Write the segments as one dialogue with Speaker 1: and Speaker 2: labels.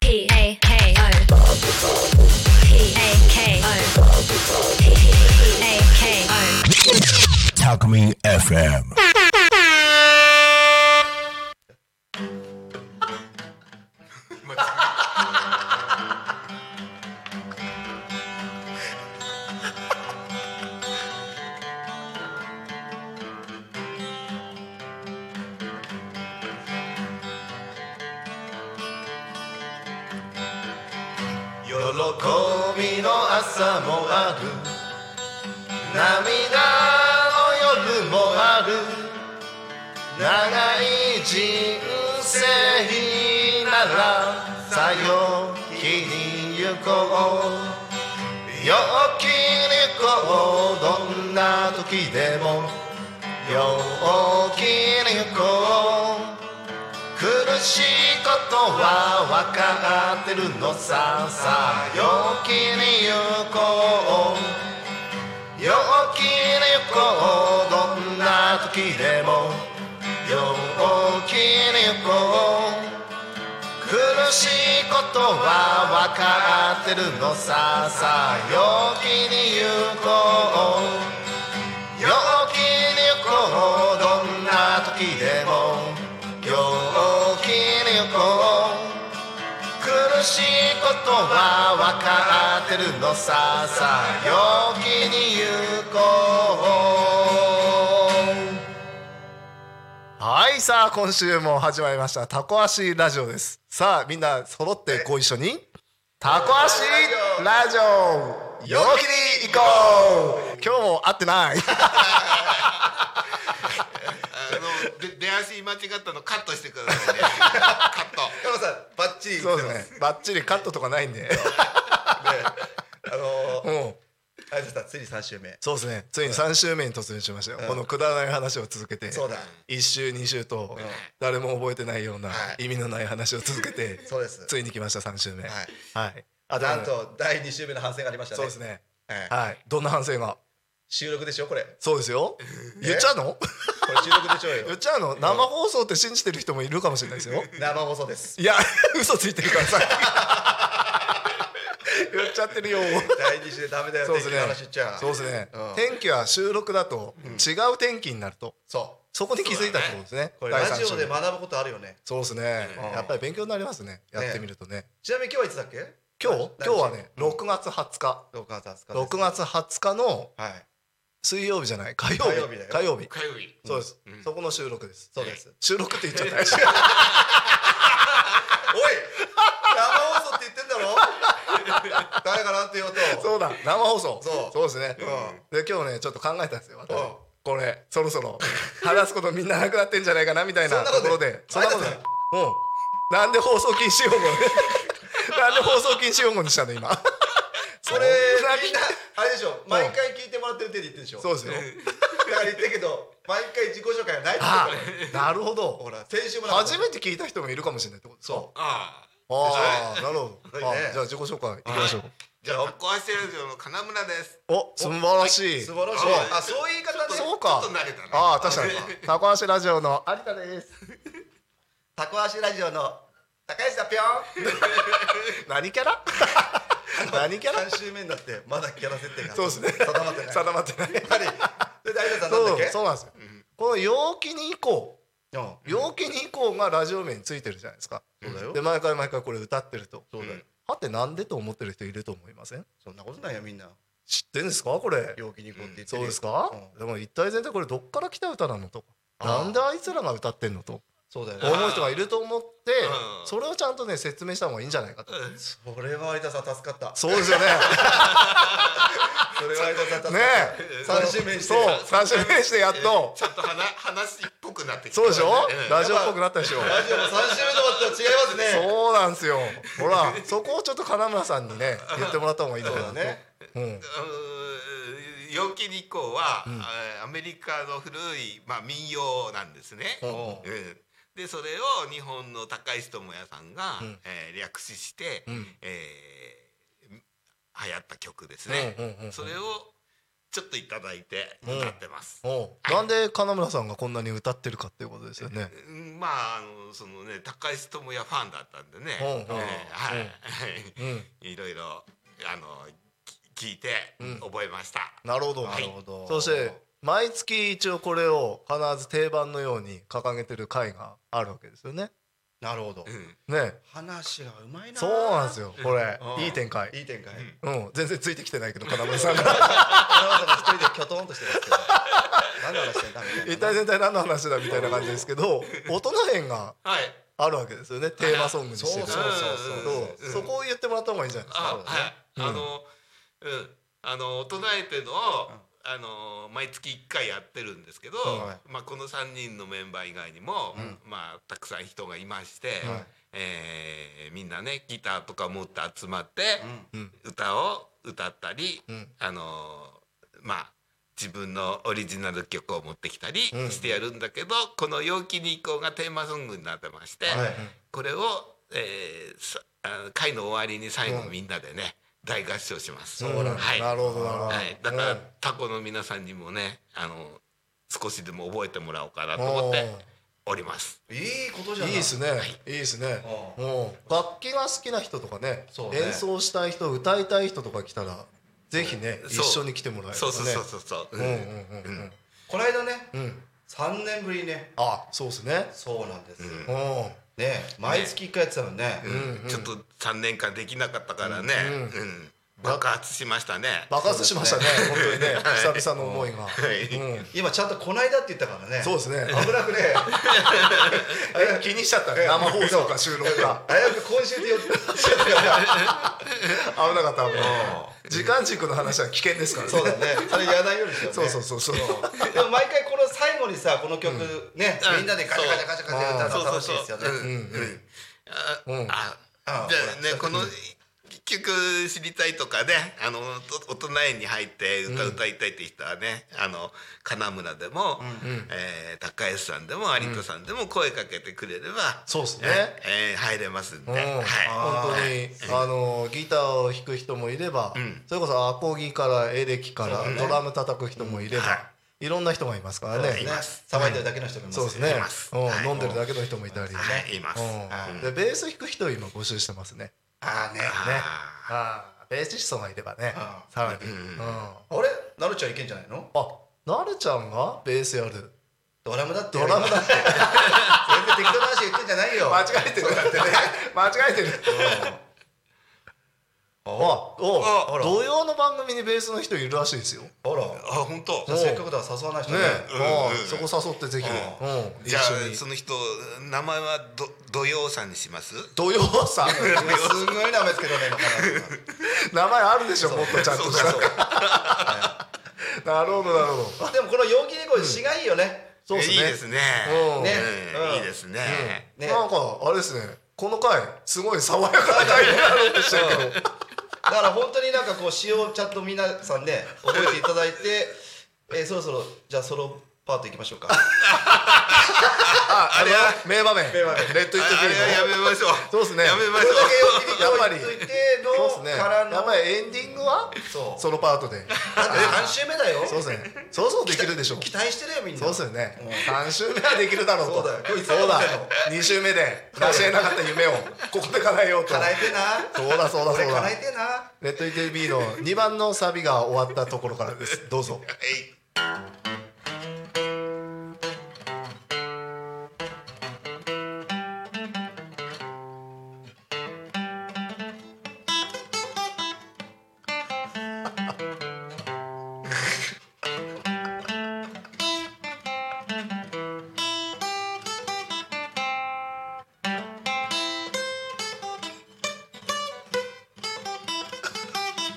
Speaker 1: P A K O. P A K O. P A K O.
Speaker 2: Talkme FM.
Speaker 3: 喜びの朝もある涙の夜もある長い人生ならさよきに行こう陽気に行こうどんな時でも陽気に行こう苦しいことは分かってるのささあ陽気に行こう陽気に行こうどんな時でも陽気に行こう苦しいことは分かってるのささあ陽気に行こう陽気に行こうどんな時でも陽気に行こう苦しいことは分かってるのささあ陽気に行こうはいさあ今週も始まりましたタコ足ラジオですさあみんな揃ってご一緒にタコ足ラジオ陽気に行こう今日も会ってない
Speaker 4: あので出足間違ったのカットしてください ねカット
Speaker 5: 山さんバッチリ
Speaker 3: そう
Speaker 5: 来
Speaker 3: で
Speaker 5: て
Speaker 3: す
Speaker 5: ます
Speaker 3: ね。バッチリカットとかないんで。
Speaker 5: あのー、
Speaker 3: うん。
Speaker 5: あれでしたついに3週目
Speaker 3: そうですね。ついに三週目に突入しましたよ。
Speaker 5: ん
Speaker 3: このくだらない話を続けて。
Speaker 5: そうだ
Speaker 3: 一週二週と誰も覚えてないような
Speaker 5: はい
Speaker 3: 意味のない話を続けて。
Speaker 5: そうです
Speaker 3: ついに来ました三週目。はいい。あ
Speaker 5: なん。と第2週目の反省がありましたね
Speaker 3: そうですね。
Speaker 5: はい
Speaker 3: はい。どんな反省が。
Speaker 5: 収録でしょこれ
Speaker 3: そうですよ。言っちゃうの？
Speaker 5: これ収録でしょう
Speaker 3: 言 っ
Speaker 5: よ
Speaker 3: ちゃうの？生放送って信じてる人もいるかもしれないですよ。
Speaker 5: 生放送です
Speaker 3: いや、嘘ついてるから さ。言っちゃってるよ。
Speaker 5: 第2週でダメだよ
Speaker 3: そう
Speaker 5: 天
Speaker 3: です
Speaker 5: 気
Speaker 3: ね
Speaker 5: の話しちゃ。
Speaker 3: そうですね
Speaker 5: う。ん
Speaker 3: 天気は収録だと違う天気になると、
Speaker 5: そ
Speaker 3: そこに気づいたってことですね。
Speaker 5: うこれ
Speaker 3: 第
Speaker 5: ラ
Speaker 3: 三
Speaker 5: ジ
Speaker 3: 章
Speaker 5: オで学ぶことあるよね
Speaker 3: そうですね。
Speaker 5: うん
Speaker 3: やっぱり勉強になりますね。やってみるとね。
Speaker 5: ちなみに今日はいつだっけ
Speaker 3: 今日
Speaker 5: 来週
Speaker 3: 今日はね、6月20日。
Speaker 5: 6月20日です
Speaker 3: 6月20日の
Speaker 5: はい
Speaker 3: 水曜日じゃない火曜
Speaker 5: 火曜日だよ
Speaker 3: 日火曜日
Speaker 4: 火曜日
Speaker 3: そうです、
Speaker 4: ん
Speaker 3: そこの収録です
Speaker 5: そうです
Speaker 3: 収録って言っちゃっ た
Speaker 5: おい生放送って言ってんだ ろ誰かなんて言おうと
Speaker 3: そうだ生放送
Speaker 5: そう
Speaker 3: ですね、で今日ねちょっと考えたんですよ私
Speaker 5: うん
Speaker 3: これそろそろ話すことみんななくなってんじゃないかなみたいな
Speaker 5: そんな
Speaker 3: と
Speaker 5: こと
Speaker 3: ころで
Speaker 5: そ
Speaker 3: そ
Speaker 5: ん
Speaker 3: んな
Speaker 5: な
Speaker 3: こ
Speaker 5: ことと
Speaker 3: な
Speaker 5: ないい
Speaker 3: うんなんで放送禁止用語 なんで放送禁止用語にしたの 今そ
Speaker 5: これ
Speaker 3: んな
Speaker 5: みんなあれでしょ毎回聞いてもらってる手で言ってるでしょ
Speaker 3: そうですよ
Speaker 5: だから言ってるけど毎回自己紹介がないって
Speaker 3: あ
Speaker 5: こ
Speaker 3: なるほ
Speaker 5: とほ
Speaker 3: ど
Speaker 5: ら先週もなんか
Speaker 3: 初めて聞いた人もいるかもしれないってことそ
Speaker 4: ああ
Speaker 3: うああなるほど、
Speaker 5: はいね
Speaker 3: あじゃあ自己紹介いきましょう、
Speaker 4: じゃあ発行してるラジオの金村です
Speaker 3: お素晴らしい
Speaker 5: 素晴らしい
Speaker 4: あ
Speaker 5: あそういう言い方
Speaker 4: ちょっ
Speaker 5: ね
Speaker 3: そうか
Speaker 4: ちょっと慣れたね
Speaker 3: ああ確かに高橋ラジオの有田です
Speaker 5: タコ足ラジオの高橋だぴょん
Speaker 3: 何キャラ何キャラ
Speaker 5: 3週目になってまだキャラ設定が
Speaker 3: そうですね
Speaker 5: 定まってないやっ
Speaker 3: 定まってない
Speaker 5: ぱりそれで有田さんなんだ
Speaker 3: そ
Speaker 5: っ
Speaker 3: う
Speaker 5: け
Speaker 3: そうなんですよ、この陽気に行こ
Speaker 5: うん
Speaker 3: う陽気に行こうがラジオ名についてるじゃないですか
Speaker 5: そうだよ
Speaker 3: で毎回毎回これ歌ってると
Speaker 5: そうだよ
Speaker 3: はてなんでと思ってる人いると思いません
Speaker 5: そんなことないよみんな
Speaker 3: 知ってんですかこれ
Speaker 5: 陽気に行こうって言って
Speaker 3: そう
Speaker 5: るよ
Speaker 3: ですか、
Speaker 5: うん
Speaker 3: でも一体全体これどっから来た歌なのと
Speaker 5: あー
Speaker 3: なんであいつらが歌ってんのと
Speaker 5: そうだよ
Speaker 3: 思
Speaker 5: ね
Speaker 3: う人がいると思って
Speaker 4: うん
Speaker 3: それをちゃんとね説明した方がいいんじゃないかと
Speaker 5: それは有田さん助かった
Speaker 3: そうですよね
Speaker 5: それは有田さん助かっ
Speaker 3: ねえ
Speaker 5: た3週目にして
Speaker 3: そう3週目にしてやっと
Speaker 4: ちょっと話話っぽくなってきた
Speaker 3: そうでしょ
Speaker 4: ん
Speaker 3: ラジオっぽくなったでしょ
Speaker 5: ラジオも3週目と思ったら違いますね
Speaker 3: そうなんですよほらそこをちょっと金村さんにね言ってもらった方がいいんだ
Speaker 5: そう
Speaker 3: け
Speaker 5: だ
Speaker 3: ど
Speaker 5: ね
Speaker 3: うん
Speaker 4: うーん陽気に行こうは、あーアメリカの古い、まあ、民謡なんですね。
Speaker 5: うん
Speaker 4: うんでそれを日本の高石智也さんが、
Speaker 3: ん
Speaker 4: えー略しして、
Speaker 3: ん
Speaker 4: えー流行った曲ですね、
Speaker 3: うんうんうんうん
Speaker 4: それをちょっといただいて歌ってます。
Speaker 3: おうなんで金村さんがこんなに歌ってるかっていうことですよね
Speaker 4: うんまああのそのね高橋智也ファンだったんでね、
Speaker 3: うんうん
Speaker 4: えーはい、
Speaker 3: うん
Speaker 4: いろいろあのき聞いて
Speaker 3: うん
Speaker 4: 覚えました。
Speaker 3: なるほど、
Speaker 4: はい
Speaker 3: なるほどそして毎月一応これを必ず定番のように掲げてる回があるわけですよね
Speaker 5: なるほど
Speaker 4: うん
Speaker 3: ね
Speaker 5: 話がうまいな
Speaker 3: そうなんですよこれ
Speaker 5: うん
Speaker 3: いい展開
Speaker 5: いい展開
Speaker 3: うん全然ついてきてないけど金村さんが
Speaker 5: 金村さんが一人できょとんとしてますけ ど何の話してんだみたいな
Speaker 3: 一体全体何の話だみたいな感じですけど大人編が
Speaker 4: はい
Speaker 3: あるわけですよねテーマソングにしてる
Speaker 5: そうそうそうそう
Speaker 3: そうそこを言ってもらった方がいいんじゃないです
Speaker 4: あ
Speaker 3: か
Speaker 4: はい、
Speaker 3: うん
Speaker 4: あのうんあの唱えてのを、あの毎月1回やってるんですけど、
Speaker 3: は
Speaker 4: まあ、この3人のメンバー以外にも、まあ、たくさん人がいまして、
Speaker 3: はい
Speaker 4: えーみんなねギターとか持って集まって、
Speaker 3: うん
Speaker 4: 歌を歌ったり、
Speaker 3: うん
Speaker 4: あのまあ自分のオリジナル曲を持ってきたり
Speaker 3: うん
Speaker 4: してやるんだけど、この「陽気に行こう」がテーマソングになってまして、
Speaker 3: はい
Speaker 4: これを、えーさあ会の終わりに最後
Speaker 3: うん
Speaker 4: みんなでね、大合唱します。
Speaker 3: そうなんだ
Speaker 4: はい
Speaker 3: なるほどなるほど
Speaker 4: はい、だから、
Speaker 3: うん
Speaker 4: タコの皆さんにもねあの少しでも覚えてもらおうかなと思
Speaker 3: お
Speaker 4: って
Speaker 3: ー
Speaker 4: おります。
Speaker 5: いいことじゃ
Speaker 3: い
Speaker 5: ないい
Speaker 3: ですね、い、いですね、もう楽器が好きな人とかね
Speaker 5: そうね
Speaker 3: 演奏したい人歌いたい人とか来たらぜひね
Speaker 4: そう
Speaker 3: 一緒に来てもらえると
Speaker 4: そう
Speaker 3: ね
Speaker 4: そうそうそう
Speaker 3: う
Speaker 4: そう。
Speaker 3: んうんうんうん
Speaker 5: この間ね
Speaker 3: うん
Speaker 5: 3年ぶりにね
Speaker 3: あそうですね
Speaker 5: そうなんですよ
Speaker 3: うん
Speaker 5: ね毎月1回やってたのにね
Speaker 3: んうん
Speaker 4: ちょっと3年間できなかったからね、
Speaker 3: うん
Speaker 4: うん爆発しましたね。
Speaker 3: 爆発しましたね本当にね久々の思いが、
Speaker 4: い
Speaker 3: うん
Speaker 5: 今ちゃんと「こないだ」って言ったからね
Speaker 3: そうですね
Speaker 5: 危なくね
Speaker 3: え気にしちゃったね生放送か収録か
Speaker 5: 早く今週で よって
Speaker 3: 危なかった危なかった時間軸の話は危険ですからね
Speaker 5: そうだねそれやらないようにしようね
Speaker 3: そうそうそうそう
Speaker 5: でも毎回この最後にさこの曲ねみんなでガチャガチャガチャガチャ歌うの楽しいですよね
Speaker 4: そうそうそう
Speaker 3: うん
Speaker 4: うん
Speaker 3: うん
Speaker 4: あ
Speaker 5: あ
Speaker 4: あじゃあねこの結局知りたいとかねあのと大人園に入って歌歌いたいって人はね、あの金村でも、えー高安さんでも有田さんでも声かけてくれれば、
Speaker 3: そうですね
Speaker 4: えー入れますんで、
Speaker 3: うん
Speaker 4: はい、
Speaker 3: 本当にあのギターを弾く人もいれば、
Speaker 4: ん
Speaker 3: それこそアコギからエレキから
Speaker 4: そうね
Speaker 3: ドラム叩く人もいれば、、
Speaker 4: うんはい
Speaker 3: ろんな人がいますからね
Speaker 4: いま
Speaker 5: ね
Speaker 4: す
Speaker 5: さばいてるだけの人もいます
Speaker 3: そう
Speaker 5: よ
Speaker 3: ですね
Speaker 4: います
Speaker 3: うん
Speaker 4: はい
Speaker 3: 飲んでるだけの人もいたり、
Speaker 4: はいいます、
Speaker 3: うんでベース弾く人を今募集してますね
Speaker 5: ああね
Speaker 4: あ
Speaker 3: あーベーシストがいればね
Speaker 5: あ
Speaker 3: さらに、
Speaker 4: ん
Speaker 3: うんあ
Speaker 5: あれなるちゃんいけんじゃないの
Speaker 3: なるちゃんがベースやる
Speaker 5: ドラムだって
Speaker 3: ドラム だって
Speaker 5: 全然適当な話言ってんじゃないよ
Speaker 3: 間違えてるだ ってね間違えてるあお
Speaker 5: あら
Speaker 3: 土曜の番組にベースの人いるらしいですよ
Speaker 5: あら
Speaker 4: ーあ本当
Speaker 5: じゃあせっかくだから誘わない人
Speaker 3: ね
Speaker 5: ね
Speaker 4: うん
Speaker 3: ああ
Speaker 4: うん
Speaker 3: そこ誘ってぜひ、
Speaker 5: う
Speaker 3: うん
Speaker 4: じゃ
Speaker 3: 一緒
Speaker 4: あ
Speaker 3: に
Speaker 4: その人名前はど土曜さんにします
Speaker 3: 土曜さん
Speaker 5: 今すごいなめつけどね今から
Speaker 3: 名前あるでしょもっとちゃんとし
Speaker 5: そ
Speaker 3: た
Speaker 5: うそう
Speaker 3: なるほどなるほど
Speaker 5: でもこの陽気にこう詩がいいよね
Speaker 3: そうですね
Speaker 4: いいですね
Speaker 3: うん
Speaker 5: ね
Speaker 4: うん
Speaker 5: うん
Speaker 4: いいですね、
Speaker 5: ね
Speaker 3: なんかあれですねこの回すごい爽やかな回になろうとしてるけど
Speaker 5: だから本当になんかこう詩をちゃんと皆さんね覚えていただいてえーそろそろじゃあソロパートいきましょうか
Speaker 3: ああれは名場面レ
Speaker 5: 場面
Speaker 3: ッド・イット・
Speaker 4: あ
Speaker 3: ビ
Speaker 4: あれは
Speaker 3: ー
Speaker 4: や
Speaker 3: の
Speaker 4: めましょう
Speaker 3: そうですね
Speaker 4: やめま
Speaker 5: こ
Speaker 4: し
Speaker 5: れ
Speaker 4: ょ
Speaker 5: だ
Speaker 4: う
Speaker 5: け陽気にこう言っといて
Speaker 3: そうです
Speaker 5: の
Speaker 3: ね
Speaker 5: から
Speaker 3: や
Speaker 5: の
Speaker 3: っぱりエンディングは
Speaker 5: そう
Speaker 3: ソロパートで
Speaker 5: だって3週目だよ
Speaker 3: そうですねそうそうできるでしょう
Speaker 5: 期待してるよみんな
Speaker 3: そうですよね
Speaker 5: うん
Speaker 3: 3週目はできるだろうと
Speaker 5: そうだよ今日いつ
Speaker 3: そうだ
Speaker 5: やったの
Speaker 3: 2週目で成し得なかった夢をここで叶えようと
Speaker 5: 叶えてな
Speaker 3: そうだそうだ
Speaker 5: こ
Speaker 3: そ
Speaker 5: れ
Speaker 3: うだ
Speaker 5: 叶えてな
Speaker 3: レッドイテビーの2番のサビが終わったところからですどうぞ
Speaker 4: えい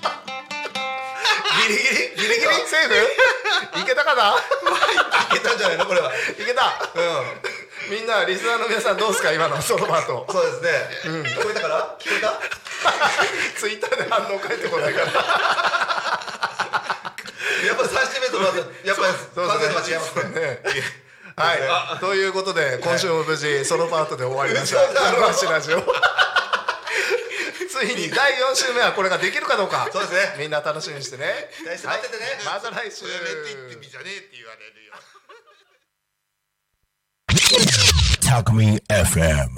Speaker 3: ギリギリギリギリセーフいけたかない
Speaker 5: けたんじゃないのこれはい
Speaker 3: けたみんなリスナーの皆さんどうですか今のソロパート
Speaker 5: そうですね聞こえたから聞こえた
Speaker 3: ツイッターで反応返ってこないから
Speaker 5: やっぱ三週目とまたやっぱ
Speaker 3: そう
Speaker 5: 完
Speaker 3: で
Speaker 5: 全
Speaker 3: す
Speaker 5: と
Speaker 3: ね
Speaker 5: 間違いますね。
Speaker 3: はいということで今週も無事ソロパートで終わりました「
Speaker 5: 嘘だろ
Speaker 3: ダルマシラジオ」ツついに第4週目はこれができるかどうか
Speaker 6: そうですね
Speaker 3: みんな楽しみにしてね
Speaker 6: 期待して待っててね
Speaker 3: はいまた来週
Speaker 4: それやめて言ってみじゃねえって言われるよ
Speaker 2: Talk Me FM.